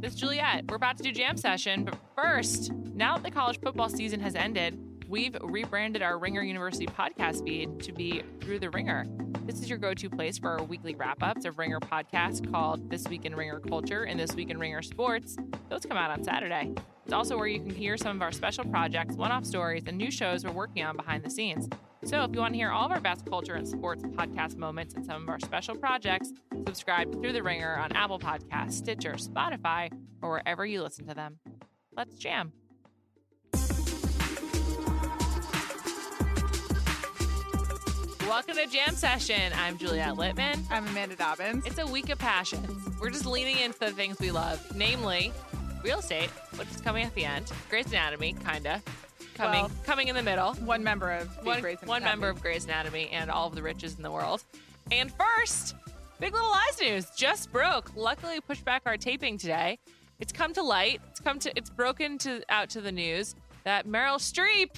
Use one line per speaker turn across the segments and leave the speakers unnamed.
This is Juliet. We're about to do jam session, but first, now that the college football season has ended, we've rebranded our Ringer University podcast feed to be Through the Ringer. This is your go to place for our weekly wrap ups of Ringer podcasts called This Week in Ringer Culture and This Week in Ringer Sports. Those come out on Saturday. It's also where you can hear some of our special projects, one off stories, and new shows we're working on behind the scenes. So if you want to hear all of our best culture and sports podcast moments and some of our special projects, subscribe to Through the Ringer on Apple Podcasts, Stitcher, Spotify, or wherever you listen to them. Let's jam. Welcome to Jam Session. I'm Juliette Littman.
I'm Amanda Dobbins.
It's a week of passions. We're just leaning into the things we love, namely real estate, which is coming at the end, Grey's Anatomy, kinda, coming
Well,
coming in the middle,
one member of the
one,
Grey's
one
Anatomy.
member of Grey's Anatomy, and all of the riches in the world. And first, Big Little Lies news just broke. Luckily, we pushed back our taping today. It's come to light. It's come to. It's broken to out to the news that Meryl Streep,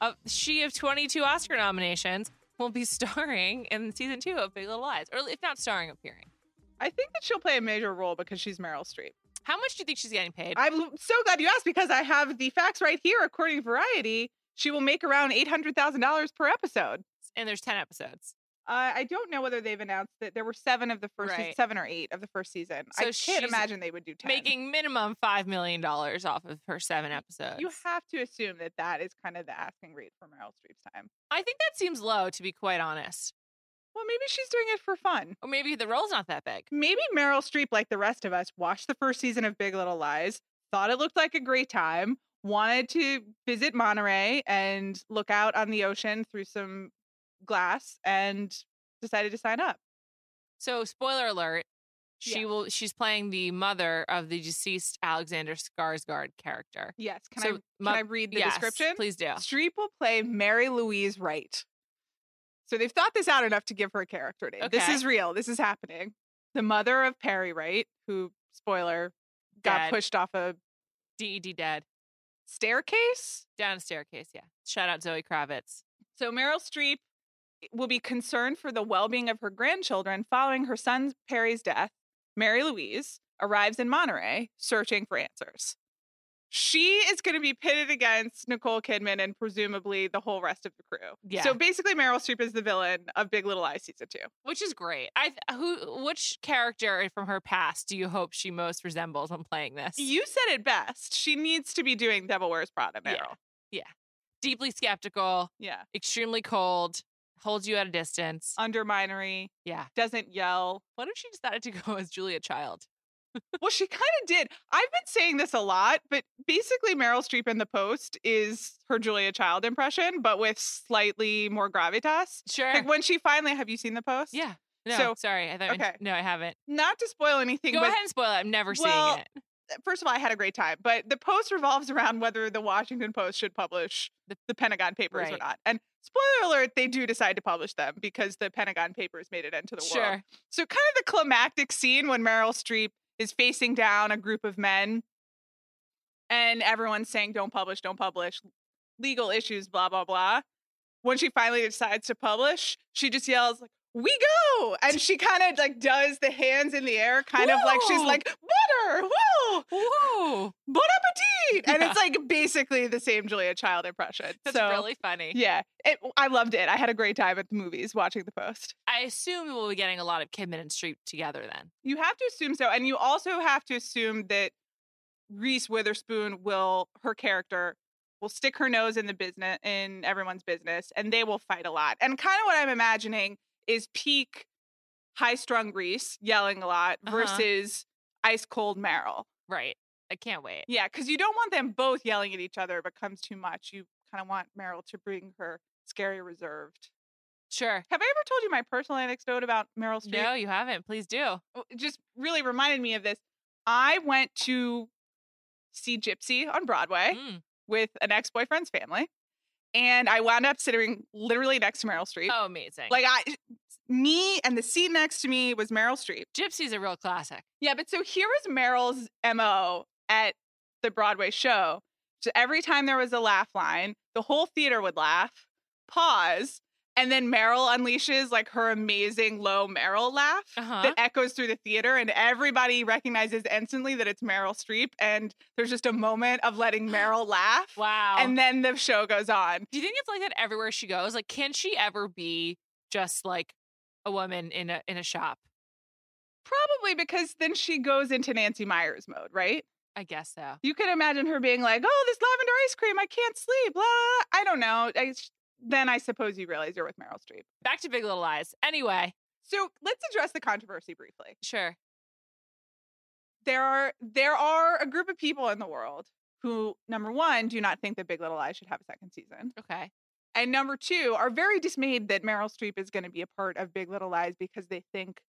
of she of 22 Oscar nominations, will be starring in season two of Big Little Lies, or if not starring, appearing.
I think that she'll play a major role because she's Meryl Streep.
How much do you think she's getting paid?
I'm so glad you asked because I have the facts right here. According to Variety, she will make around eight hundred thousand dollars per episode.
and there's 10 episodes.
Uh, I don't know whether they've announced that there were seven of the first se-
Right.
seven or eight of the first season.
So
I can't
she's
imagine they would do ten.
Making minimum $5 million off of her seven episodes.
you have to assume that that is kind of the asking rate for Meryl Streep's time.
I think that seems low, to be quite honest.
Well, maybe she's doing it for fun.
Or maybe the role's not that big.
maybe Meryl Streep, like the rest of us, watched the first season of Big Little Lies, thought it looked like a great time, wanted to visit Monterey and look out on the ocean through some glass, and decided to sign up.
So, spoiler alert, she
Yeah.
will. she's playing the mother of the deceased Alexander Skarsgård character.
Yes. Can
so,
I? Can I read the description?
Please do.
Streep will play Mary Louise Wright. So they've thought this out enough to give her a character name. This
Okay.
is real. This is happening. The mother of Perry Wright, who spoiler got
Dead.
pushed off a
DED dead.
staircase.
Down a staircase, yeah. Shout out Zoe Kravitz.
So Meryl Streep eh, will be concerned for the well-being of her grandchildren following her son Perry's death. Mary Louise arrives in Monterey searching for answers. She is going to be pitted against Nicole Kidman and presumably the whole rest of the crew.
Yeah.
So basically, Meryl Streep is the villain of Big Little Lies season two.
Which is great. I th- who which character from her past do you hope she most resembles when playing this?
You said it best. She needs to be doing Devil Wears Prada,
Yeah.
Meryl.
Deeply skeptical,
Yeah.
extremely cold, holds you at a distance.
Underminery,
yeah.
doesn't yell,
What if she decided to go as Julia Child?
Well, she kind of did. I've been saying this a lot, but basically, Meryl Streep in the post is her Julia Child impression, but with slightly more gravitas.
Sure.
Like when she finally, have you seen the post?
yeah. No,
So-
sorry. I thought you meant-
okay.
no, I haven't.
Not to spoil anything,
Go
but
ahead and spoil it. I'm never
Well,
seeing it.
first of all, I had a great time. But the post revolves around whether the Washington Post should publish
The-
the, Pentagon Papers or
Right.
not. And spoiler alert, they do decide to publish them because the Pentagon Papers made it into the world.
Sure.
So kind of the climactic scene when Meryl Streep is facing down a group of men and everyone's saying don't publish, don't publish, legal issues, blah blah blah. When she finally decides to publish, she just yells like we go and she kind of like does the hands in the air kind of like she's
Whoa.
like butter whoa
Whoa.
bon appetit and
Yeah.
it's like basically the same julia child impression
That's
so
really funny.
yeah it, i loved it i had a great time at the movies watching the post
I assume we'll be getting a lot of Kidman and Streep together then.
You have to assume so, and you also have to assume that Reese Witherspoon will her character will stick her nose in the business in everyone's business, and they will fight a lot. And kind of what I'm imagining is peak high strung Reese yelling a lot
Uh-huh.
versus ice cold Meryl.
Right. I can't wait.
Yeah, because you don't want them both yelling at each other. It becomes too much. You kind of want Meryl to bring her scary reserved.
Sure.
Have I ever told you my personal anecdote about Meryl Streep?
No, you haven't. Please do.
w- it just really reminded me of this. I went to see Gypsy on Broadway
Mm.
with an ex boyfriend's family, and I wound up sitting literally next to Meryl Streep.
Oh, amazing.
Like I, me and the seat next to me was Meryl Streep.
Gypsy's a real classic.
Yeah, but so here was Meryl's mo at the Broadway show. So every time there was a laugh line, the whole theater would laugh, pause, And then Meryl unleashes like her amazing low Meryl laugh
Uh-huh.
that echoes through the theater, and everybody recognizes instantly that it's Meryl Streep. And there's just a moment of letting Meryl laugh.
Wow.
And then the show goes on.
Do you think it's like that everywhere she goes? Like, can she ever be just like a woman in a in a shop?
Probably because then she goes into Nancy Myers mode, right?
I guess so.
You can imagine her being like, "Oh, this lavender ice cream, I can't sleep." Blah. I don't know. I, then I suppose you realize you're with Meryl Streep.
Back to Big Little Lies. Anyway,
So let's address the controversy briefly.
sure.
there are there are a group of people in the world who number one do not think that Big Little Lies should have a second season,
Okay.
and number two are very dismayed that Meryl Streep is going to be a part of Big Little Lies because they think.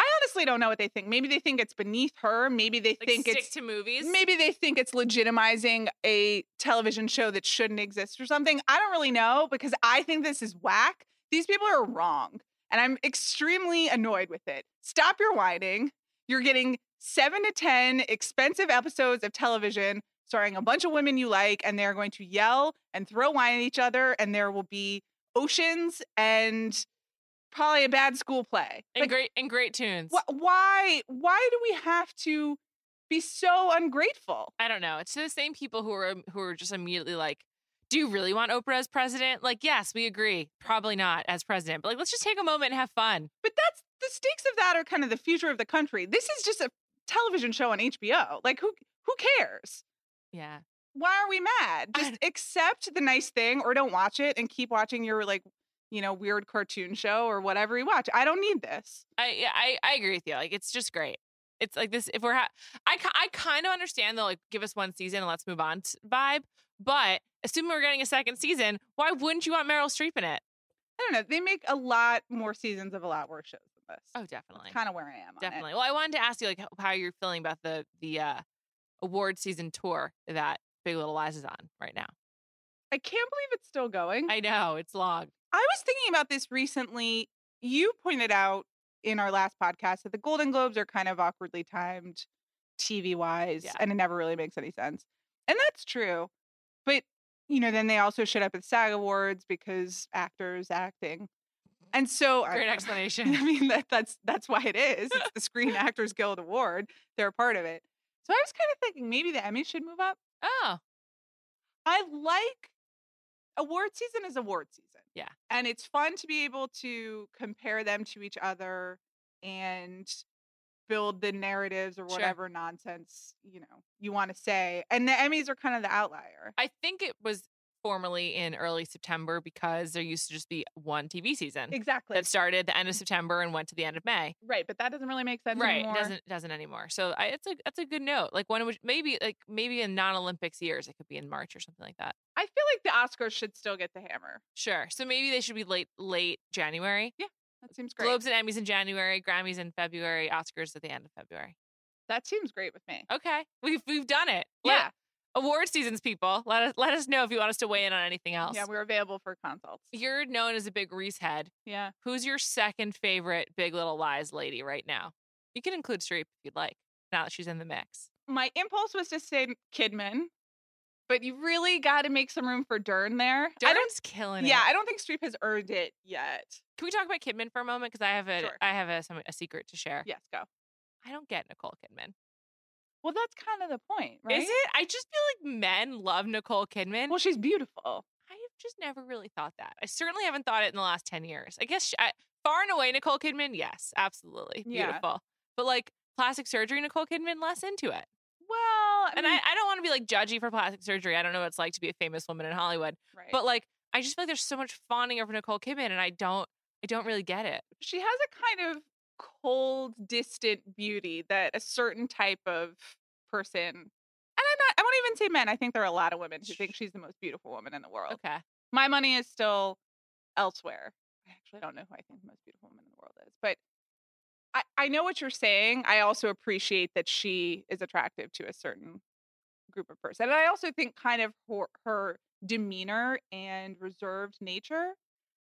I honestly don't know what they think. Maybe they think it's beneath her. Maybe they
Like,
think
stick
it's
to movies.
maybe they think it's legitimizing a television show that shouldn't exist or something. I don't really know because I think this is whack. These people are wrong, and I'm extremely annoyed with it. Stop your whining. You're getting seven to 10 expensive episodes of television starring a bunch of women you like, and they're going to yell and throw wine at each other, and there will be oceans and probably a bad school play.
and
Like,
great and great tunes.
wh- why? Why do we have to be so ungrateful?
I don't know. It's to the same people who are um, who are just immediately like, "Do you really want Oprah as president?" Like, yes, we agree. Probably not as president, but like, let's just take a moment and have fun.
But that's the stakes of that are kind of the future of the country. This is just a television show on HBO. Like who who cares?
Yeah.
Why are we mad?
I
Just accept the nice thing or don't watch it and keep watching your like, you know, weird cartoon show or whatever you watch. I don't need this.
I yeah, I I agree with you. Like, it's just great. It's like this. If we're, ha- I ki- I kind of understand the like, give us one season and let's move on t- vibe. But assuming we're getting a second season, why wouldn't you want Meryl Streep in it?
I don't know. They make a lot more seasons of a lot worse shows than this.
Oh, definitely,
Kind of where I am. on it.
definitely. Well, I wanted to ask you like h- how you're feeling about the the uh award season tour that Big Little Lies is on right now.
I can't believe it's still going.
I know it's long.
I was thinking about this recently. You pointed out in our last podcast that the Golden Globes are kind of awkwardly timed TV wise,
Yeah.
and it never really makes any sense. And that's true. But, you know, then they also showed up at SAG Awards because actors acting. And so I-
Great
I
explanation.
mean that that's that's why it is. It's the Screen Actors Guild Award. They're a part of it. So I was kind of thinking maybe the Emmys should move up.
oh,
I like award season is award season.
Yeah.
And it's fun to be able to compare them to each other and build the narratives or
Sure.
whatever nonsense, you know, you want to say. And the Emmys are kind of the outlier.
I think it was formerly in early September because there used to just be one TV season
Exactly. Mm-hmm.
that started at the end of September and went to the end of May.
right, but that doesn't really make sense
right,
anymore.
it doesn't it doesn't anymore. So I, it's a that's a good note. Like when it was maybe like maybe in non Olympics years, it could be in March or something like that.
I feel like the Oscars should still get the hammer.
Sure. So maybe they should be late late January.
That seems great.
Globes and Emmys in January, Grammys in February, Oscars at the end of February.
That seems great with me.
Okay, we've we've done it. Let-
Yeah.
award seasons, people. Let us let us know if you want us to weigh in on anything else.
Yeah, we're available for consults.
You're known as a big Reese head.
Yeah.
Who's your second favorite Big Little Lies lady right now? You can include Streep if you'd like. Now that she's in the mix,
my impulse was to say Kidman, but you really got to make some room for Dern there. I don't.
Durham's killing it.
Yeah, I don't think Streep has earned it yet.
Can we talk about Kidman for a moment? Because I have a I
Sure.
have a, some, a secret to share.
Yes, go.
I don't get Nicole Kidman.
Well, that's kind of the point, right?
Is it? I just feel like men love Nicole Kidman.
Well, she's beautiful.
I have just never really thought that. I certainly haven't thought it in the last ten years. I guess she, I, far and away Nicole Kidman. Yes, absolutely
Yeah.
beautiful. But like plastic surgery, Nicole Kidman less into it.
Well, I
And I,
mean,
I don't want to be like judgy for plastic surgery. I don't know what it's like to be a famous woman in Hollywood.
right.
But like, I just feel like there's so much fawning over Nicole Kidman, and I don't, I don't really get it.
she has a kind of cold, distant beauty that a certain type of person, and I'm not. I won't even say men. I think there are a lot of women who think she's the most beautiful woman in the world.
Okay,
My money is still elsewhere. I actually don't know who I think the most beautiful woman in the world is, but I, I know what you're saying. I also appreciate that she is attractive to a certain group of person. And I also think kind of her, her demeanor and reserved nature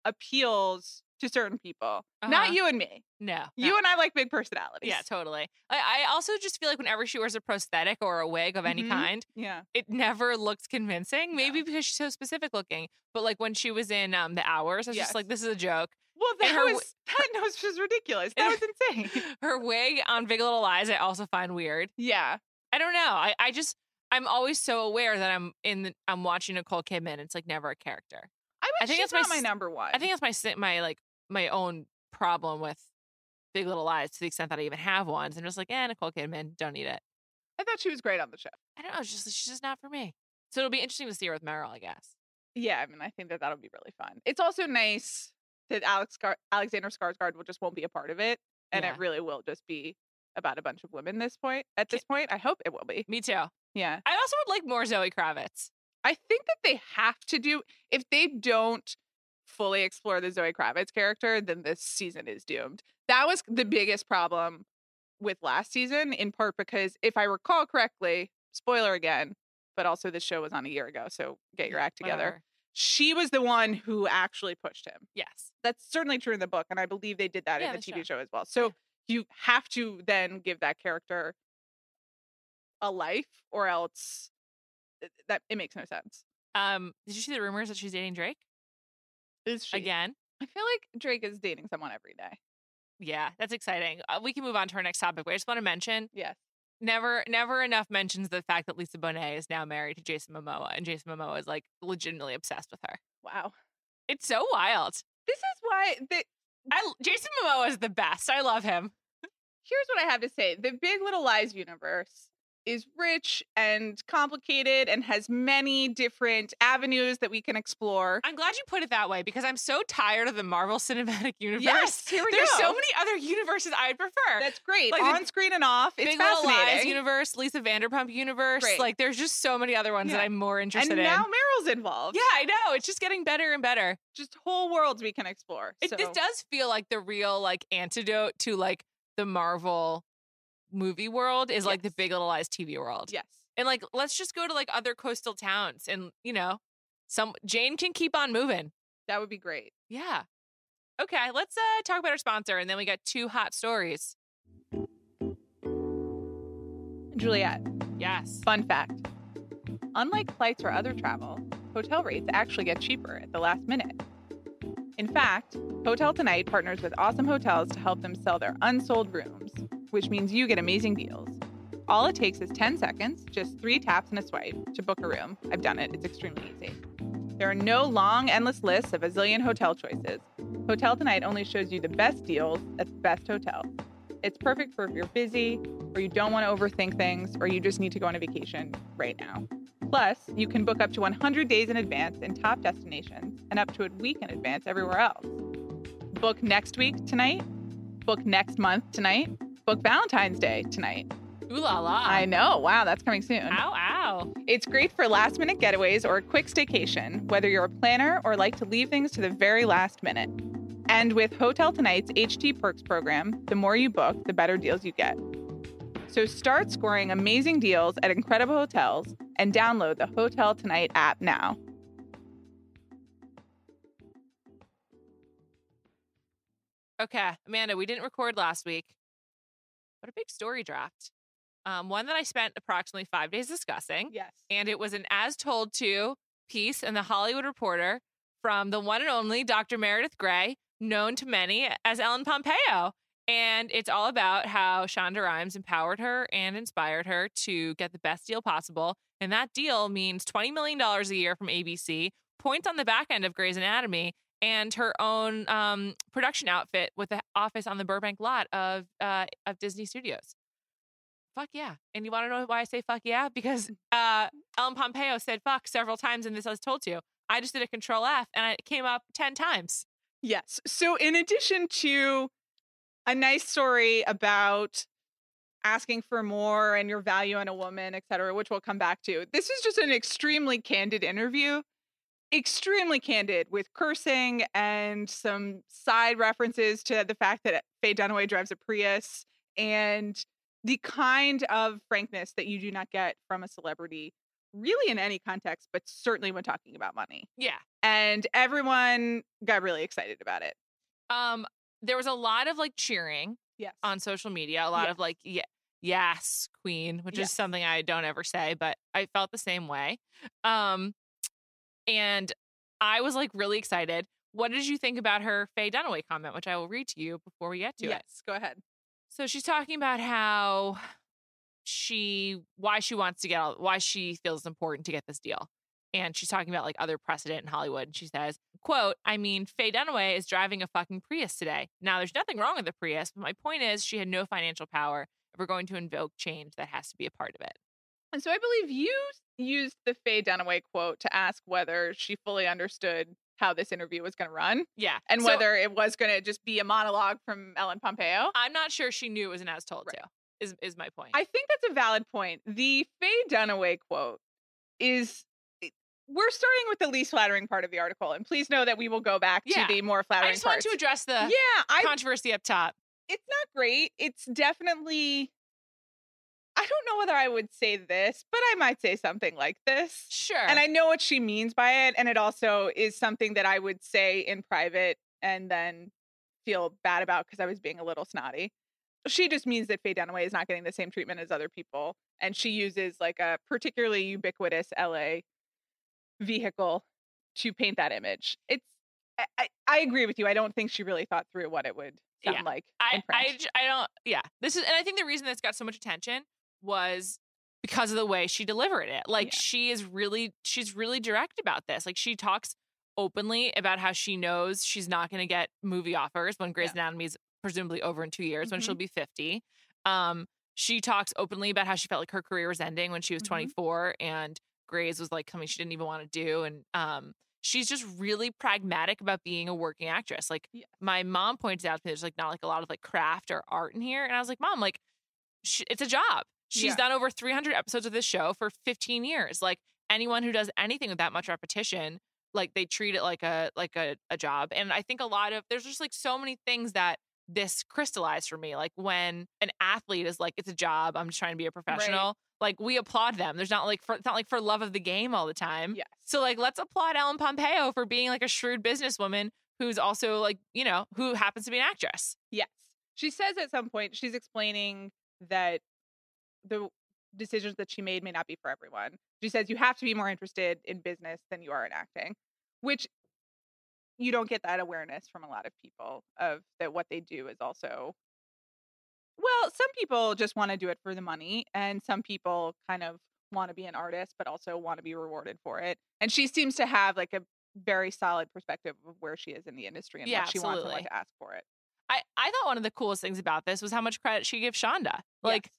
appeals to certain people.
Uh-huh.
Not you and me.
No.
You and I like big personalities.
Yeah, totally. I, I also just feel like whenever she wears a prosthetic or a wig of any
Mhm.
kind,
Yeah.
it never looked convincing.
No.
Maybe because she's so specific looking. But like when she was in um, the hours, I was
Yes.
just like, this is a joke.
Well,
And
that
her w-
was that nose was ridiculous. That was insane.
Her wig on Big Little Lies, I also find weird.
Yeah.
I don't know. I, I just I'm always so aware that I'm in the, I'm watching Nicole Kidman. It's like never a character.
I would
I think
she's
that's my
not my
s-
number one.
I think that's my si- my like my own problem with Big Little Lies to the extent that I even have ones. I'm just like, eh, Nicole Kidman, don't need it.
I thought she was great on the show.
I don't know. It's just she's just not for me. So it'll be interesting to see her with Meryl, I guess.
Yeah, I mean, I think that that'll be really fun. It's also nice that Alex Gar- Alexander Skarsgård will just won't be a part of it, and
Yeah.
it really will just be about a bunch of women. This point, at this point, I hope it will be.
Me too. I
Yeah,
also would like more Zoe Kravitz.
I think that they have to do if they don't fully explore the Zoe Kravitz character, then this season is doomed. That was the biggest problem with last season, in part because if I recall correctly, spoiler again, but also this show was on a year ago, so get your act together.
Whatever.
She was the one who actually pushed him.
Yes.
that's certainly true in the book, and I believe they did that
Yeah,
in the
that's
TV
true.
show as well. So you have to then give that character a life, or else it- that it makes no sense.
Um, did you see the rumors that she's dating Drake
Is she?
again?
I feel like Drake is dating someone every day.
Yeah, that's exciting. Uh, we can move on to our next topic. But I just want to mention
Yes.
never, never enough mentions the fact that Lisa Bonet is now married to Jason Momoa, and Jason Momoa is like legitimately obsessed with her.
Wow.
It's so wild.
This is why the
I, Jason Momoa is the best. I love him.
here's what I have to say. The Big Little Lies universe is rich and complicated and has many different avenues that we can explore.
I'm glad you put it that way because I'm so tired of the Marvel Cinematic Universe.
Yes, here we
There's
go.
so many other universes I'd prefer.
That's great.
Like the
On screen and off. It's
Big Little
fascinating.
Lies universe, Lisa Vanderpump universe.
Great.
Like, there's just so many other ones
Yeah.
that I'm more
and
interested
now
in.
Meryl's involved.
Yeah, I know. It's just getting better and better.
just whole worlds we can explore.
It, This
So-
does feel like the real like antidote to like the Marvel movie world is like the
Yes.
Big Little Lies TV world.
Yes.
And like, let's just go to like other coastal towns, and you know, some Jane can keep on moving.
That would be great.
Yeah. Okay, let's uh talk about our sponsor, and then we got two hot stories.
Juliet,
Yes.
fun fact. Unlike flights or other travel, hotel rates actually get cheaper at the last minute. In fact, Hotel Tonight partners with awesome hotels to help them sell their unsold rooms, which means you get amazing deals. All it takes is 10 seconds, just three taps and a swipe to book a room. I've done it, it's extremely easy. There are no long, endless lists of a zillion hotel choices. Hotel Tonight only shows you the best deals at the best hotel. It's perfect for if you're busy, or you don't want to overthink things, or you just need to go on a vacation right now. Plus, you can book up to 100 days in advance in top destinations and up to a week in advance everywhere else. Book next week tonight, book next month tonight, book Valentine's Day tonight.
Ooh la la.
I know, wow, that's coming soon.
Ow ow.
It's great for last minute getaways or a quick staycation, whether you're a planner or like to leave things to the very last minute. And with Hotel Tonight's HT Perks program, the more you book, the better deals you get. So start scoring amazing deals at incredible hotels and download the Hotel Tonight app now.
Okay, Amanda, we didn't record last week, but a big story dropped. Um, one that I spent approximately five days discussing,
Yes.
and it was an as told to piece in the Hollywood Reporter from the one and only Dr. Meredith Gray, known to many as Ellen Pompeo. And it's all about how Shonda Rhimes empowered her and inspired her to get the best deal possible. And that deal means $20 million a year from ABC, points on the back end of Grey's Anatomy, and her own um, production outfit with the office on the Burbank lot of uh, of Disney Studios. Fuck yeah! And you want to know why I say fuck yeah? Because uh, Ellen Pompeo said fuck several times in this. I was told to. I just did a control F, and it came up ten times.
Yes. So, in addition to a nice story about asking for more and your value in a woman, et cetera, which we'll come back to, this is just an extremely candid interview, extremely candid with cursing and some side references to the fact that Faye Dunaway drives a Prius and the kind of frankness that you do not get from a celebrity, really in any context, but certainly when talking about money
Yeah,
and everyone got really excited about it.
Um, there was a lot of like cheering
Yes.
on social media. A lot of like, yeah, yes, queen, which
Yes.
is something I don't ever say, but I felt the same way. Um, and I was like really excited. What did you think about her Faye Dunaway comment, which I will read to you before we get to
yes.
it?
Go ahead.
So she's talking about how she, why she wants to get all, why she feels it's important to get this deal. And she's talking about like other precedent in Hollywood. And she says, quote, I mean, Faye Dunaway is driving a fucking Prius today. Now, there's nothing wrong with the Prius, but my point is she had no financial power. If we're going to invoke change, that has to be a part of it.
And so I believe you used the Faye Dunaway quote to ask whether she fully understood how this interview was going to run
Yeah.
and
So
whether it was going to just be a monologue from Ellen Pompeo.
I'm not sure she knew it was an as told
Right.
to, is, is my point.
I think that's a valid point. The Faye Dunaway quote is it- we're starting with the least flattering part of the article, and please know that we will go back
Yeah.
to the more
I
flattering
just
parts.
want to address the
yeah, I
controversy up top.
it's not great. It's definitely I don't know whether I would say this, but I might say something like this.
Sure.
And I know what she means by it. And it also is something that I would say in private and then feel bad about because I was being a little snotty. She just means that Faye Dunaway is not getting the same treatment as other people. And she uses like a particularly ubiquitous LA vehicle to paint that image. It's, I, I, I agree with you. I don't think she really thought through what it would sound
Yeah.
like. in
I, I,
French.
j- I don't, yeah. This is, and I think the reason this got so much attention was because of the way she delivered it. Like,
Yeah.
she is really, she's really direct about this. Like, she talks openly about how she knows she's not going to get movie offers when Grey's Anatomy is presumably over in two years when
Mm-hmm.
she'll be 50. Um, she talks openly about how she felt like her career was ending when she was
Mhm.
24 and Grey's was like something she didn't even want to do. And, um, she's just really pragmatic about being a working actress. Like,
Yes.
my mom points out to me there's like not like a lot of like craft or art in here and i was like mom like sh- it's a job she's
Yeah.
done over 300 episodes of this show for 15 years like anyone who does anything with that much repetition like they treat it like a like a, a job and i think a lot of there's just like so many things that this crystallized for me like when an athlete is like it's a job i'm just trying to be a professional like we applaud them there's not like for it's not like for love of the game all the time
yes.
so like let's applaud Ellen Pompeo for being like a shrewd businesswoman who's also like, you know, who happens to be an actress.
Yes. She says at some point she's explaining that the decisions that she made may not be for everyone. She says you have to be more interested in business than you are in acting, which you don't get that awareness from a lot of people of that what they do is also well, some people just want to do it for the money and some people kind of want to be an artist but also want to be rewarded for it. And she seems to have like a very solid perspective of where she is in the industry and
Yeah,
what she wants and what
absolutely.
to ask for it.
I, I thought one of the coolest things about this was how much credit she gives Shonda. Like,
Yes.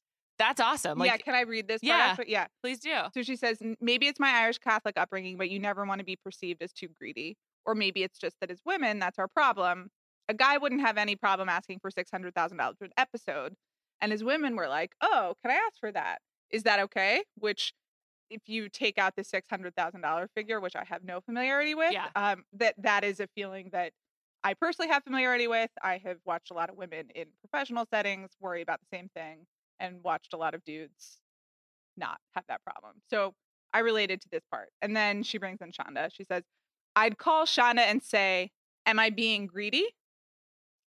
that's awesome. Like,
yeah, can I read this?
Yeah.
Part actually? yeah.
please do.
So she says, "N- maybe it's my Irish Catholic upbringing, but you never want to be perceived as too greedy. Or maybe it's just that as women, that's our problem. A guy wouldn't have any problem asking for $600,000 for an episode. And as women, we're like, oh, can I ask for that? Is that okay? Which, if you take out the $600,000 figure, which I have no familiarity with,
Yeah.
um, that that is a feeling that I personally have familiarity with. I have watched a lot of women in professional settings worry about the same thing and watched a lot of dudes not have that problem. So I related to this part. And then she brings in Shonda. She says, I'd call Shonda and say, Am I being greedy?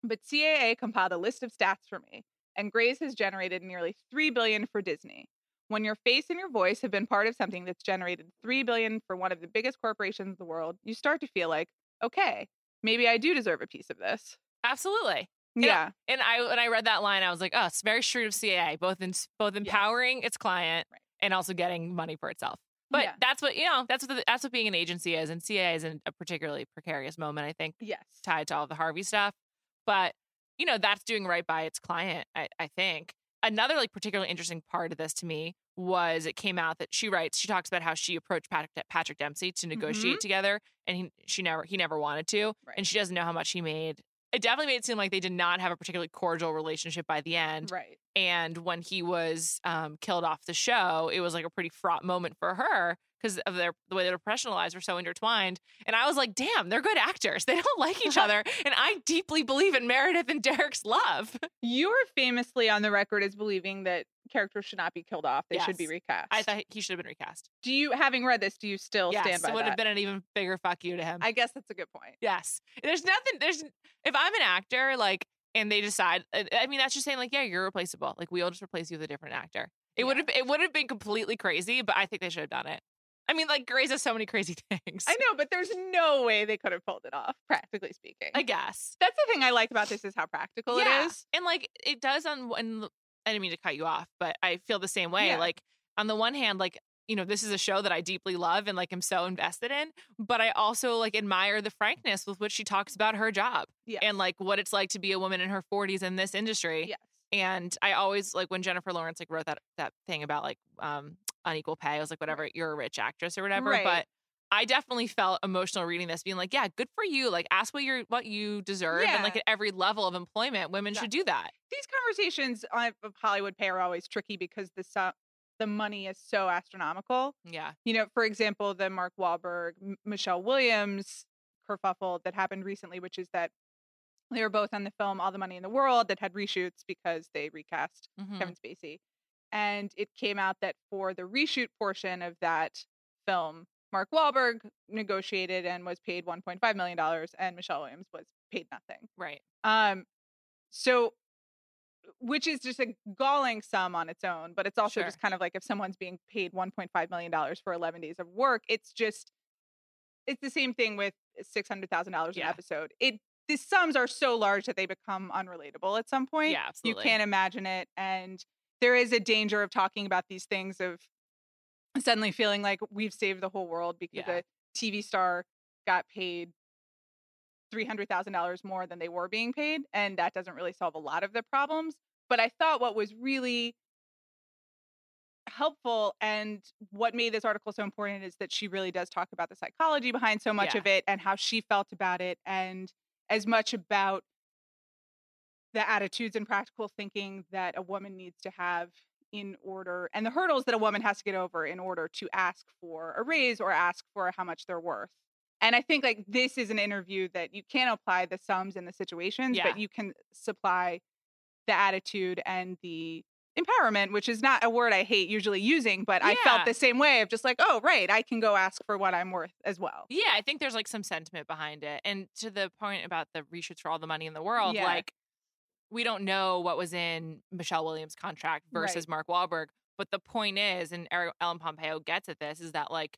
But CAA compiled a list of stats for me, and Gray's has generated nearly 3 billion for Disney. When your face and your voice have been part of something that's generated 3 billion for one of the biggest corporations in the world, you start to feel like, okay, maybe I do deserve a piece of this.
Absolutely.
Yeah.
And I when I read that line, I was like, oh, it's very shrewd of CAA, both in both empowering its client
Right.
and also getting money for itself. But
Yeah.
that's what you know. That's what the, that's what being an agency is, and CAA is in a particularly precarious moment. I think.
Yes.
tied to all the Harvey stuff. But you know, that's doing right by its client, I, I think. Another like particularly interesting part of this to me was it came out that she writes she talks about how she approached Patrick Patrick Dempsey to negotiate together, and he she never he never wanted to,
Right.
and she doesn't know how much he made. It definitely made it seem like they did not have a particularly cordial relationship by the end.
Right.
And when he was um, killed off the show, it was like a pretty fraught moment for her because of their the way their professional lives were so intertwined. And I was like, damn, they're good actors. They don't like each other. And I deeply believe in Meredith and Derek's love.
You were famously on the record as believing that characters should not be killed off; they should be
Yes.
recast.
I thought he should have been recast.
Do you, having read this, do you still
yes,
stand by
it would
that?
have um been an even bigger fuck you to him.
I guess that's a good point.
Yes. There's nothing. There's if I'm an actor, like, and they decide. I I mean, that's just saying, like, yeah, you're replaceable. Like, we'll just replace you with a different actor. It would
Yeah.
have. It would have been completely crazy, but I think they should have done it. I mean, like, Grey's does so many crazy things.
I know, but there's no way they could have pulled it off, practically speaking.
I guess.
That's the thing I like about this is how practical
Yeah.
it is.
And like, it does on. And I didn't mean to cut you off, but I feel the same way.
Yeah.
Like, on the one hand, like. You know, this is a show that I deeply love and like am so invested in, but I also like admire the frankness with which she talks about her job
Yes.
and like what it's like to be a woman in her 40s in this industry.
yes.
And I always like when Jennifer Lawrence like wrote that that thing about like um unequal pay. I was like, whatever, you're a rich actress or whatever.
Right.
But I definitely felt emotional reading this, being like, yeah, good for you. Like, ask what you are what you deserve, and like
Yeah.
at every level of employment, women should do that.
These conversations on- of Hollywood pay are always tricky because the so- the money is so astronomical.
Yeah,
You know, for example, the Mark Wahlberg, M- Michelle Williams kerfuffle that happened recently, which is that they were both on the film All the Money in the World that had reshoots because they recast
Mhm.
Kevin Spacey. And it came out that for the reshoot portion of that film, Mark Wahlberg negotiated and was paid $1.5 million, and Michelle Williams was paid nothing.
right.
Um, so, which is just a galling sum on its own, but it's also just
Sure.
kind of like if someone's being paid $1.5 million for 11 days of work, it's just, it's the same thing with $600,000
Yeah.
an episode. It, the sums are so large that they become unrelatable at some point
Yeah, absolutely.
you can't imagine it and there is a danger of talking about these things of suddenly feeling like we've saved the whole world because
Yeah.
a tv star got paid $300000 more than they were being paid and that doesn't really solve a lot of the problems but i thought what was really helpful and what made this article so important is that she really does talk about the psychology behind so much
Yeah.
of it and how she felt about it and as much about the attitudes and practical thinking that a woman needs to have in order and the hurdles that a woman has to get over in order to ask for a raise or ask for how much they're worth. And I think like this is an interview that you can apply the sums and the situations,
Yeah.
but you can supply the attitude and the empowerment, which is not a word I hate usually using, but I
Yeah.
felt the same way of just like, oh, right, I can go ask for what I'm worth as well.
Yeah, I think there's like some sentiment behind it. And to the point about the reshoots for all the money in the world,
Yeah.
like we don't know what was in Michelle Williams' contract versus Mark Wahlberg. But the point is, and Eric Ellen Pompeo gets at this, is that like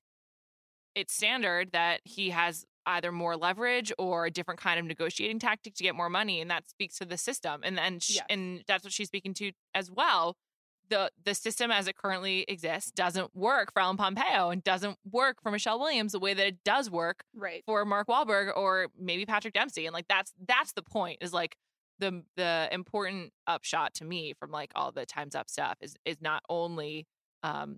it's standard that he has either more leverage or a different kind of negotiating tactic to get more money, and that speaks to the system. And then, sh-
Yes.
and that's what she's speaking to as well. the The system as it currently exists doesn't work for Ellen Pompeo and doesn't work for Michelle Williams the way that it does work
Right.
for Mark Wahlberg or maybe Patrick Dempsey. And like that's that's the point is like the the important upshot to me from like all the times up stuff is is not only um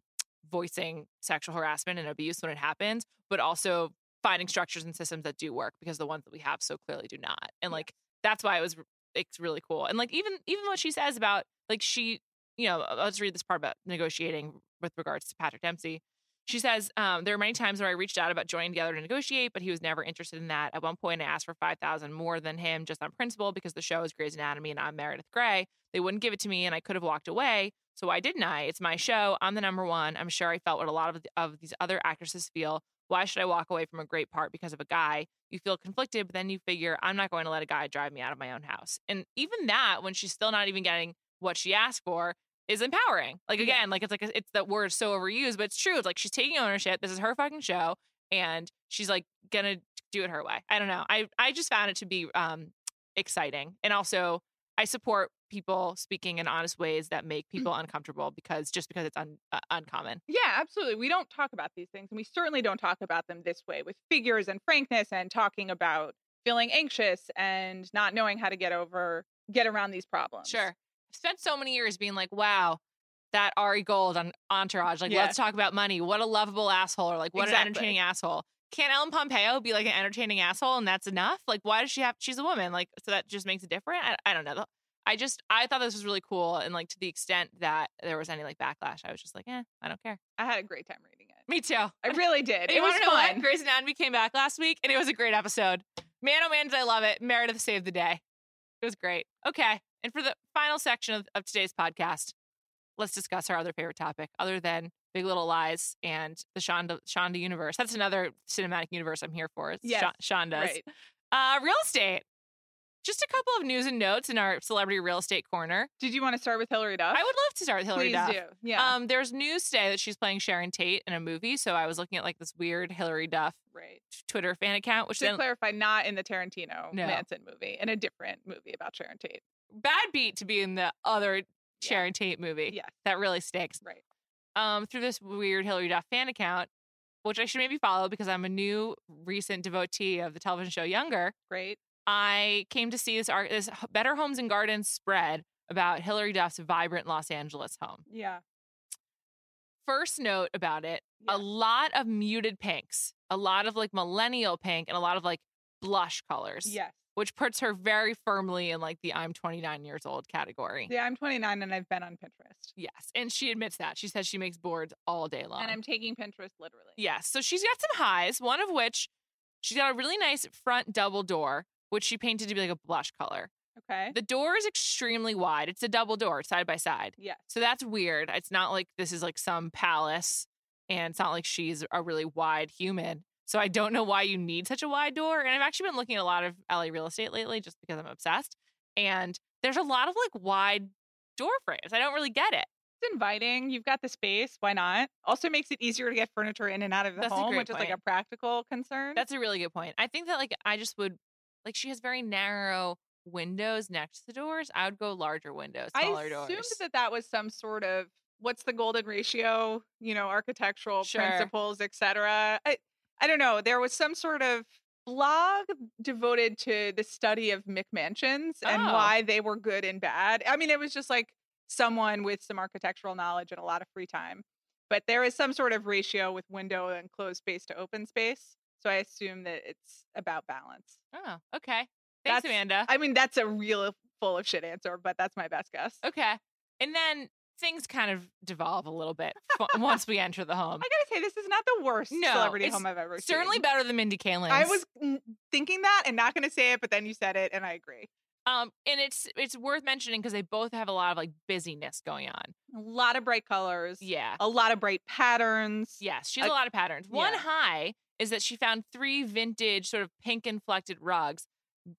voicing sexual harassment and abuse when it happens, but also finding structures and systems that do work because the ones that we have so clearly do not. And like that's why it was it's really cool. And like even even what she says about like she you know, I'll just read this part about negotiating with regards to Patrick Dempsey. She says, um, there were many times where I reached out about joining together to negotiate, but he was never interested in that. At one point, I asked for 5000 more than him just on principle because the show is Grey's Anatomy and I'm Meredith Grey. They wouldn't give it to me and I could have walked away. So why didn't I? It's my show. I'm the number one. I'm sure I felt what a lot of, of these other actresses feel. Why should I walk away from a great part because of a guy? You feel conflicted, but then you figure, I'm not going to let a guy drive me out of my own house. And even that, when she's still not even getting what she asked for, is empowering. Like
Yeah.
again, like it's like it's that word so overused, but it's true. It's like she's taking ownership. This is her fucking show, and she's like gonna do it her way. I don't know. I I just found it to be um exciting, and also I support people speaking in honest ways that
Mm.
make people uncomfortable because just because it's un, uh, uncommon.
Yeah, absolutely. We don't talk about these things, and we certainly don't talk about them this way with figures and frankness and talking about feeling anxious and not knowing how to get over, get around these problems.
Sure. I've spent so many years being like, wow, that Ari Gold on Entourage, like,
Yeah.
let's talk about money. What a lovable asshole, or like, what
Exactly.
an entertaining asshole. Can Ellen Pompeo be like an entertaining asshole and that's enough? Like, why does she have, she's a woman. Like, so that just makes it different. I, I don't know. I just, I thought this was really cool. And like, to the extent that there was any like backlash, I was just like, eh, I don't care.
I had a great time reading it.
Me too.
I really did.
You
It was
wanna know what?
fun.
Grey's Anatomy came back last week, and it was a great episode. Man, oh man, did I love it. Meredith saved the day. It was great. Okay. And for the final section of, of today's podcast, let's discuss our other favorite topic, other than Big Little Lies and the Shonda, Shonda universe. That's another cinematic universe I'm here for. It's
Yes,
Shonda's.
Right.
Uh, real estate. Just a couple of news and notes in our celebrity real estate corner.
Did you want to start with Hillary Duff?
I would love to start with Hillary
Please
Duff.
do. Yeah.
Um, there's news today that she's playing Sharon Tate in a movie. So I was looking at like this weird Hillary Duff
right.
Twitter fan account, which
To
then
clarify, not in the Tarantino
No.
Manson movie, in a different movie about Sharon Tate.
bad beat to be in the other Sharon Tate movie.
Yes.
That really stinks.
Right.
Um, through this weird Hillary Duff fan account, which I should maybe follow because I'm a new recent devotee of the television show Younger.
Great.
I came to see this art, this H- Better Homes and Gardens spread about Hillary Duff's vibrant Los Angeles home.
Yeah.
First note about it:
Yeah.
a lot of muted pinks, a lot of like millennial pink, and a lot of like blush colors,
Yes.
which puts her very firmly in like the I'm 29 years old category.
Yeah, I'm 29 and I've been on Pinterest.
Yes, and she admits that. She says she makes boards all day long.
And I'm taking Pinterest literally.
Yes. So she's got some highs, one of which she's got a really nice front double door, which she painted to be like a blush color.
Okay.
The door is extremely wide. It's a double door, side by side.
Yes.
So that's weird. It's not like this is like some palace and it's not like she's a really wide human. So I don't know why you need such a wide door. And I've actually been looking at a lot of LA real estate lately just because I'm obsessed. And there's a lot of like wide door frames. I don't really get it.
It's inviting. You've got the space. Why not? Also makes it easier to get furniture in and out of the
That's a
home,
great
which is like a
point.
practical concern.
That's a really good point. I think that like I just would like she has very narrow windows next to doors. I would go larger windows,
I
smaller
assumed
doors.
that that was some sort of what's the golden ratio, you know, architectural
Sure.
principles, etc. I I don't know. There was some sort of blog devoted to the study of McMansions and
Oh.
why they were good and bad. I mean, it was just like someone with some architectural knowledge and a lot of free time. But there is some sort of ratio with window and closed space to open space. So I assume that it's about balance.
oh, okay.
That's-
Thanks, Amanda.
I mean, that's a real full of shit answer, but that's my best guess.
okay. And then things kind of devolve a little bit fo- once we enter the home.
I gotta say, this is not the worst
No,
celebrity
it's
home I've ever
Certainly
seen.
better than Mindy Kaling.
I was mm, thinking that and not gonna say it, but then you said it, and I agree.
um and it's it's worth mentioning because they both have a lot of like busyness going on.
A lot of bright colors.
Yeah.
A lot of bright patterns.
Yes, she has
I-
a lot of patterns. One
yeah.
high is that she found three vintage, sort of pink inflected rugs,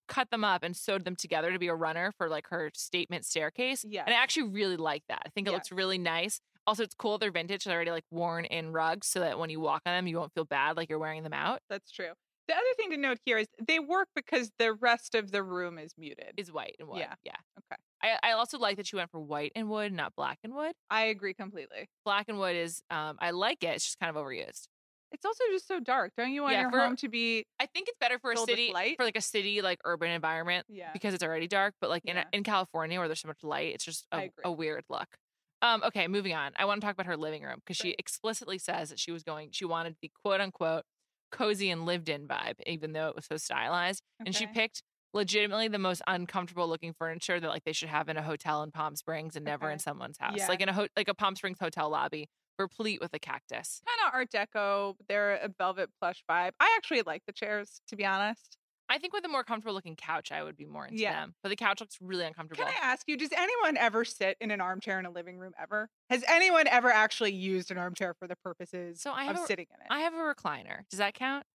cut them up and sewed them together to be a runner for like her statement staircase.
Yes.
And I actually really like that. I think it looks
Yes.
really nice. Also, it's cool they're vintage. They're already like worn in rugs so that when you walk on them, you won't feel bad like you're wearing them out.
That's true. The other thing to note here is they work because the rest of the room is muted.
Is white and wood.
Yeah.
Yeah.
Okay.
I, I also like that she went for white and wood, not black and wood.
I agree completely.
Black and wood is, um, I like it. It's just kind of overused.
It's also just so dark. Don't you want
Yeah,
your
for-
home to be?
I think it's better for a
Filled with
city,
light?
for like a city, like urban environment.
Yeah.
because it's already dark. But like in,
Yeah.
in California where there's so much light, it's just
I
a,
agree.
a weird look. Um, okay, moving on. I want to talk about her living room because she
Right.
explicitly says that she was going, she wanted the quote unquote cozy and lived in vibe, even though it was so stylized. And she
Okay.
picked legitimately the most uncomfortable looking furniture that like they should have in a hotel in Palm Springs and never
Okay.
in someone's house,
Yeah.
like in a ho- like a Palm Springs hotel lobby, replete with a cactus.
kind of Art Deco. They're a velvet plush vibe. I actually like the chairs, to be honest.
I think with a more comfortable looking couch, I would be more into
Yeah.
them. But the couch looks really uncomfortable.
Can I ask you, does anyone ever sit in an armchair in a living room ever? Has anyone ever actually used an armchair for the purposes
So I
of
have a-
sitting in it?
I have a recliner. Does that count?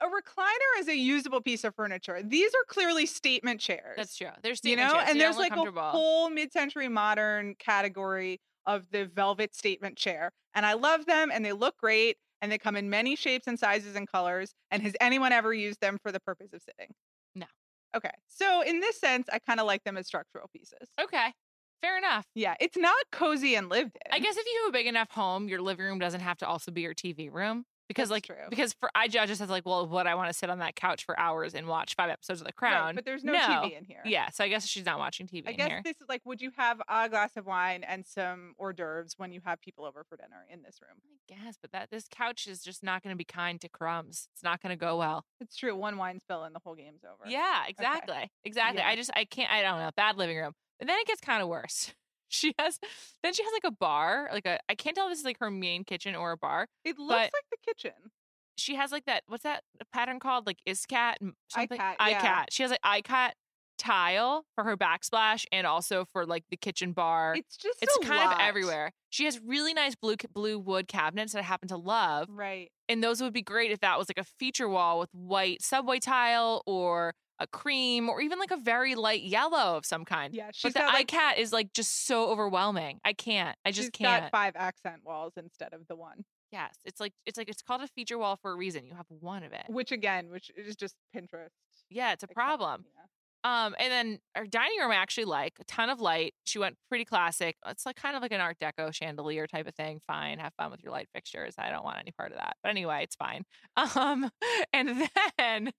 A recliner is a usable piece of furniture. These are clearly statement chairs.
That's true. uh There's
You know, and there's like a whole mid-century modern category of the velvet statement chair. And I love them and they look great and they come in many shapes and sizes and colors. And has anyone ever used them for the purpose of sitting?
No.
Okay. So in this sense, I kind of like them as structural pieces.
okay, fair enough.
Yeah, it's not cozy and lived in.
I guess if you have a big enough home, your living room doesn't have to also be your TV room because,
That's
like,
true.
because for I judge this as like, well, what I want to sit on that couch for hours and watch five episodes of The
Right,
Crown.
but there's no,
No.
TV in here.
yeah, so I guess she's not watching TV
I
in
guess
here.
this is like, would you have a glass of wine and some hors d'oeuvres when you have people over for dinner in this room?
I guess, but that this couch is just not going to be kind to crumbs. It's not going to go well.
It's true. One wine spill and the whole game's over.
Yeah, exactly, exactly.
Yeah.
I just I can't. I don't know. Bad living room. But then it gets kind of worse. She has then she has like a bar, like a I can't tell if this is like her main kitchen or a bar.
It looks
But-
like the kitchen.
She has like that what's that pattern called? Like iscat m- something
iCat,
iCat.
yeah.
She has like iCat tile for her backsplash and also for like the kitchen bar.
It's just
It's
a
kind of
lot.
everywhere. She has really nice blue blue wood cabinets that I happen to love,
Right.
and those would be great if that was like a feature wall with white subway tile or a cream or even like a very light yellow of some kind.
Yeah. She's
but the
got like
iCat is like just so overwhelming. I can't. I just
she's
can't.
got five accent walls instead of the one,
yes, it's like it's like it's called a feature wall for a reason. You have one of it.
which again, which is just Pinterest.
Yeah, it's a
accent,
problem.
yeah.
Um, and then our dining room I actually like a ton of light. She went pretty classic. It's like kind of like an Art Deco chandelier type of thing. Fine, have fun with your light fixtures. I don't want any part of that. But anyway, it's fine. Um, and then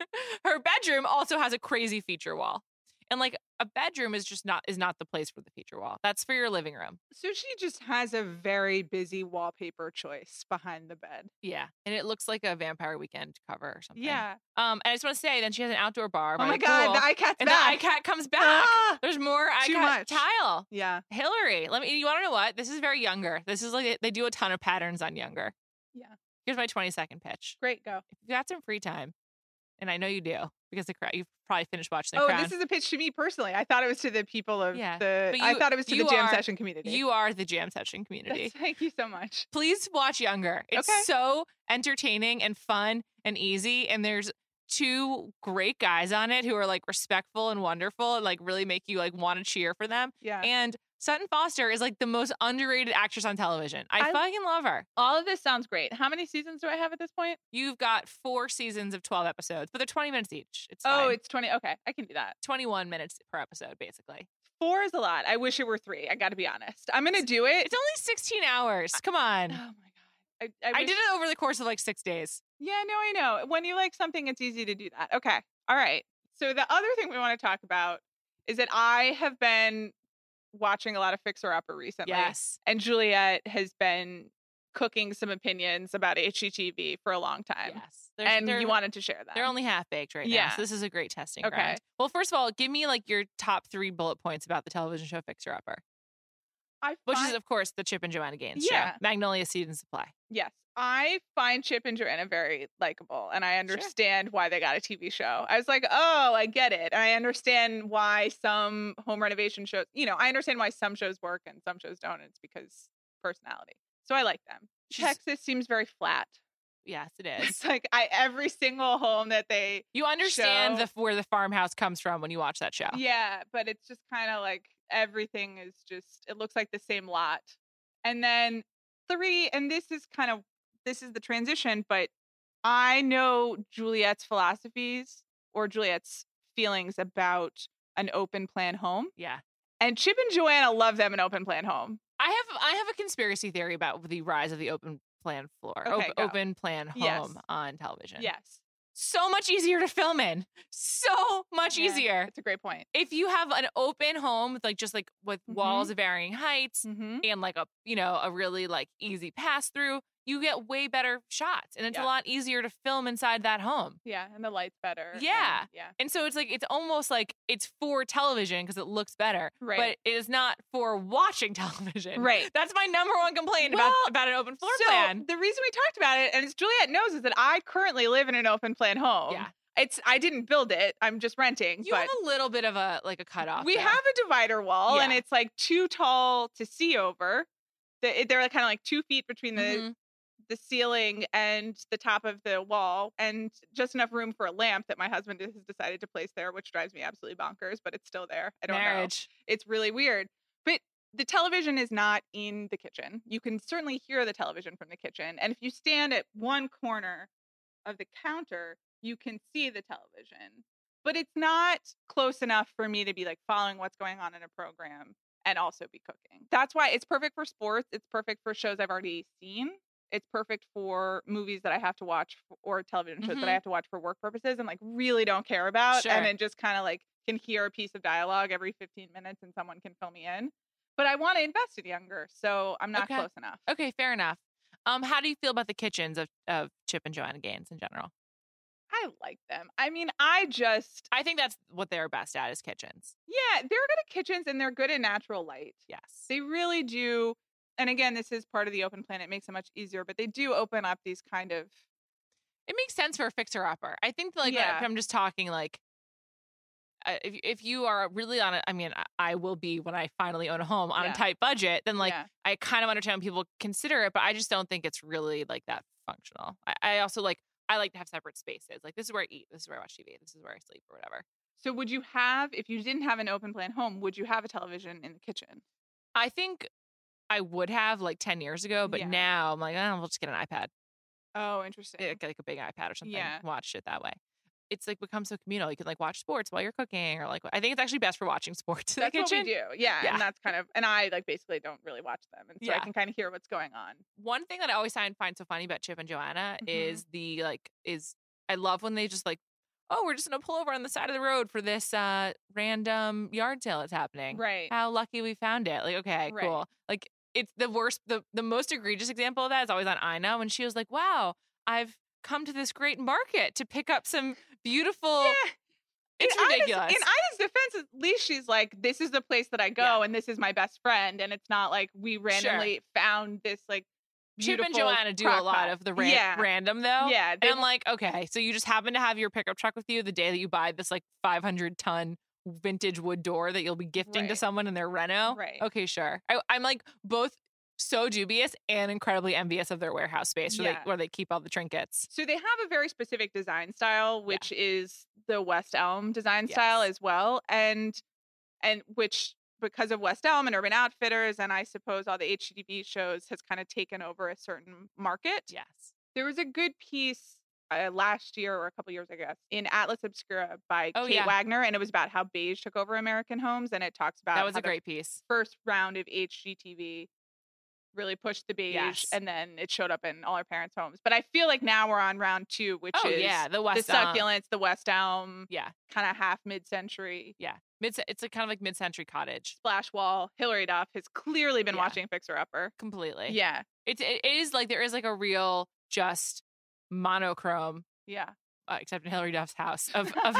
her bedroom also has a crazy feature wall, and like a bedroom is just not is not the place for the feature wall. That's for your living room.
So she just has a very busy wallpaper choice behind the bed.
Yeah, and it looks like a Vampire Weekend cover or something.
Yeah.
Um, and I just want to say, then she has an outdoor bar. by
oh my
the
God,
pool,
the iCat's
and
back.
the iCat comes back.
Ah!
There's more
Too
iCat
much.
tile.
Yeah.
Hillary, let me. You want to know what? This is very younger. This is like they do a ton of patterns on younger.
Yeah.
Here's my 20 second pitch.
Great. Go.
If you got some free time, and I know you do because the crowd, you've probably finished watching the
Oh,
crowd.
this is a pitch to me personally. I thought it was to the people of
Yeah,
the.
but
I
you-
thought it was to the
you
jam
are-
session community.
you are the jam session community.
That's- thank you so much.
Please watch Younger. It's
Okay.
so entertaining and fun and easy. And there's two great guys on it who are like respectful and wonderful and like really make you like want to cheer for them.
Yeah.
And Sutton Foster is like the most underrated actress on television. I
I-
fucking love her.
All of this sounds great. How many seasons do I have at this point?
You've got four seasons of 12 episodes, but they're 20 minutes each. It's
Oh,
fine.
it's 20. Okay, I can do that.
21 minutes per episode, basically.
Four is a lot. I wish it were three. I got to be honest. I'm going to do it.
It's only 16 hours. Come on.
oh my God. I, I,
I
wish-
did it over the course of like six days.
Yeah, no, I know. When you like something, it's easy to do that. Okay. All right. So the other thing we want to talk about is that I have been watching a lot of Fixer Upper recently.
Yes.
And Juliet has been cooking some opinions about HGTV for a long time.
Yes. There's-
and
there-
you wanted to share that.
They're only half baked right now.
Yeah.
So this is a great testing
Okay.
ground. Well, first of all, give me like your top three bullet points about the television show Fixer Upper,
I
which
find-
is, of course, the Chip and Joanna Gaines
Yeah.
show, Magnolia Seed and Supply.
Yes, I find Chip and Joanna very likable, and I understand why they got a TV show. I was like, oh, I get it. And I understand why some home renovation shows, you know, I understand why some shows work and some shows don't. and It's because personality. So I like them.
She's-
Texas seems very flat.
Yes, it
It's
is.
like I every single home that they,
You understand
Show.
the, where the farmhouse comes from when you watch that show.
yeah, but it's just kind of like everything is just it looks like the same lot. And then three, and this is kind of this is the transition, but I know Juliet's philosophies or Juliet's feelings about an open plan home.
yeah.
And Chip and Joanna love them an open plan home.
I have I have a conspiracy theory about the rise of the open plan floor, op-
Okay, go.
open plan home
Yes.
on television.
Yes.
so much easier to film in, so much
Yeah,
easier.
That's a great point.
If you have an open home with like just like with walls of varying heights
Mm-hmm.
and like a you know a really like easy pass through, you get way better shots, and it's
Yeah.
a lot easier to film inside that home.
Yeah. And the light's better. and-
Yeah.
Yeah.
And so it's like it's almost like it's for television because it looks better,
Right.
but it is not for watching television.
Right.
That's my number one complaint
Well,
about about an open floor
so
plan.
The reason we talked about it, and as Juliet knows, is that I currently live in an open plan home.
Yeah.
It's I didn't build it. I'm just renting.
You
but
have a little bit of a like a cutoff.
we
though.
have a divider wall and
Yeah.
it's like too tall to see over. The, it- they're kind of like two feet between the,
Mhm.
the ceiling and the top of the wall, and just enough room for a lamp that my husband has decided to place there, which drives me absolutely bonkers, but it's still there. I don't know
marriage.
it's really weird. But the television is not in the kitchen. You can certainly hear the television from the kitchen. And if you stand at one corner of the counter, you can see the television. But it's not close enough for me to be like following what's going on in a program and also be cooking. That's why it's perfect for sports. It's perfect for shows I've already seen. It's perfect for movies that I have to watch f- or television shows that I
Mhm.
have to watch for work purposes and like really don't care about.
Sure.
And then just kind of like can hear a piece of dialogue every 15 minutes and someone can fill me in. But I want to invest in younger, so I'm not
Okay.
close enough.
Okay, fair enough. Um, how do you feel about the kitchens of, of Chip and Joanna Gaines in general?
I like them. I mean, I just
I think that's what they're best at is kitchens.
yeah, they're good at kitchens and they're good at natural light.
Yes.
They really do. And again, this is part of the open plan. It makes it much easier, but they do open up these kind of
it makes sense for a fixer upper. I think like uh,
Yeah.
if I'm just talking like uh, if if you are really on a, I mean, I, I will be when I finally own a home on
Yeah.
a tight budget. Then like
yeah.
I kind of understand when people consider it, but I just don't think it's really like that functional. I, I also like I like to have separate spaces. Like this is where I eat, this is where I watch TV, this is where I sleep or whatever.
So would you have if you didn't have an open plan home, would you have a television in the kitchen?
I think I would have like ten years ago, but
Yeah.
now I'm like, oh, we'll just get an iPad,
Oh, interesting.
eh, like a big iPad or something,
Yeah.
watch it that way. It's like becomes so communal. You can like watch sports while you're cooking, or like I think it's actually best for watching sports in
that's
the kitchen.
what we do. Yeah,
Yeah.
And that's kind of and I like basically don't really watch them. And so I
Yeah.
can kind of hear what's going on.
one thing that I always find find so funny about Chip and Joanna
Mhm.
is the like is I love when they just like, oh, we're just gonna pull over on the side of the road for this uh random yard sale that's happening.
Right.
How lucky we found it. Like, okay,
Right.
cool. Like it's the worst the the most egregious example of that is always on Ina when she was like, Wow, I've come to this great market to pick up some beautiful
Yeah.
it's
in Ida's-
ridiculous.
in Ida's defense, at least she's like, this is the place that I go
Yeah.
and this is my best friend. And it's not like we randomly found this like
Chip and
beautiful
Joanna do a
crock
lot
pot.
of the ran-
yeah.
random though.
Yeah. they-
And I'm like, okay, so you just happen to have your pickup truck with you the day that you buy this like 500 ton vintage wood door that you'll be gifting to
Right.
someone in their reno.
Right.
Okay, sure. I, I'm like both so dubious and incredibly envious of their warehouse space where,
Yeah.
they, where they keep all the trinkets.
So they have a very specific design style, which is the West Elm design
Yes.
style as well, and and which because of West Elm and Urban Outfitters, and I suppose all the HGTV shows has kind of taken over a certain market.
Yes.
There was a good piece uh, last year or a couple years, I guess, in Atlas Obscura by
Oh,
Kate
yeah.
Wagner, and it was about how beige took over American homes, and it talks about
That was
how
a
the
great piece.
first round of HGTV really pushed the beige,
Yes.
and then it showed up in all our parents' homes. But I feel like now we're on round two, which
Oh,
is
yeah. The
the
West Elm.
succulents, the West Elm,
Yeah.
kind of half mid-century
Mid- it's a kind of like mid century cottage.
splash wall. Hillary Duff has clearly been
Yeah.
watching Fixer Upper.
Completely.
Yeah,
It's, it is like there is like a real just monochrome
yeah,
uh, except in Hillary Duff's house of of,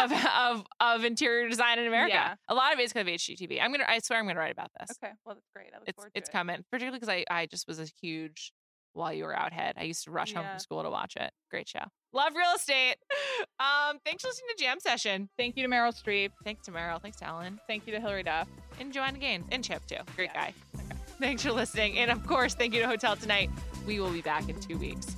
of of of interior design in America.
Yeah.
A lot of it is because of HGTV. I'm gonna I swear I'm gonna write about this.
okay. Well, that's great. I look
It's
forward to
it's
it.
coming, particularly because I I just was a huge while you were out head. I used to rush home
Yeah.
from school to watch it. Great show. Love real estate. Um, thanks for listening to Jam Session.
Thank you to Meryl Streep.
Thanks to Meryl. Thanks to Ellen
Thank you to Hillary Duff.
and Joanna Gaines and Chip too. Great
Yeah.
guy. Thanks for listening, and of course, thank you to Hotel Tonight. We will be back in two weeks.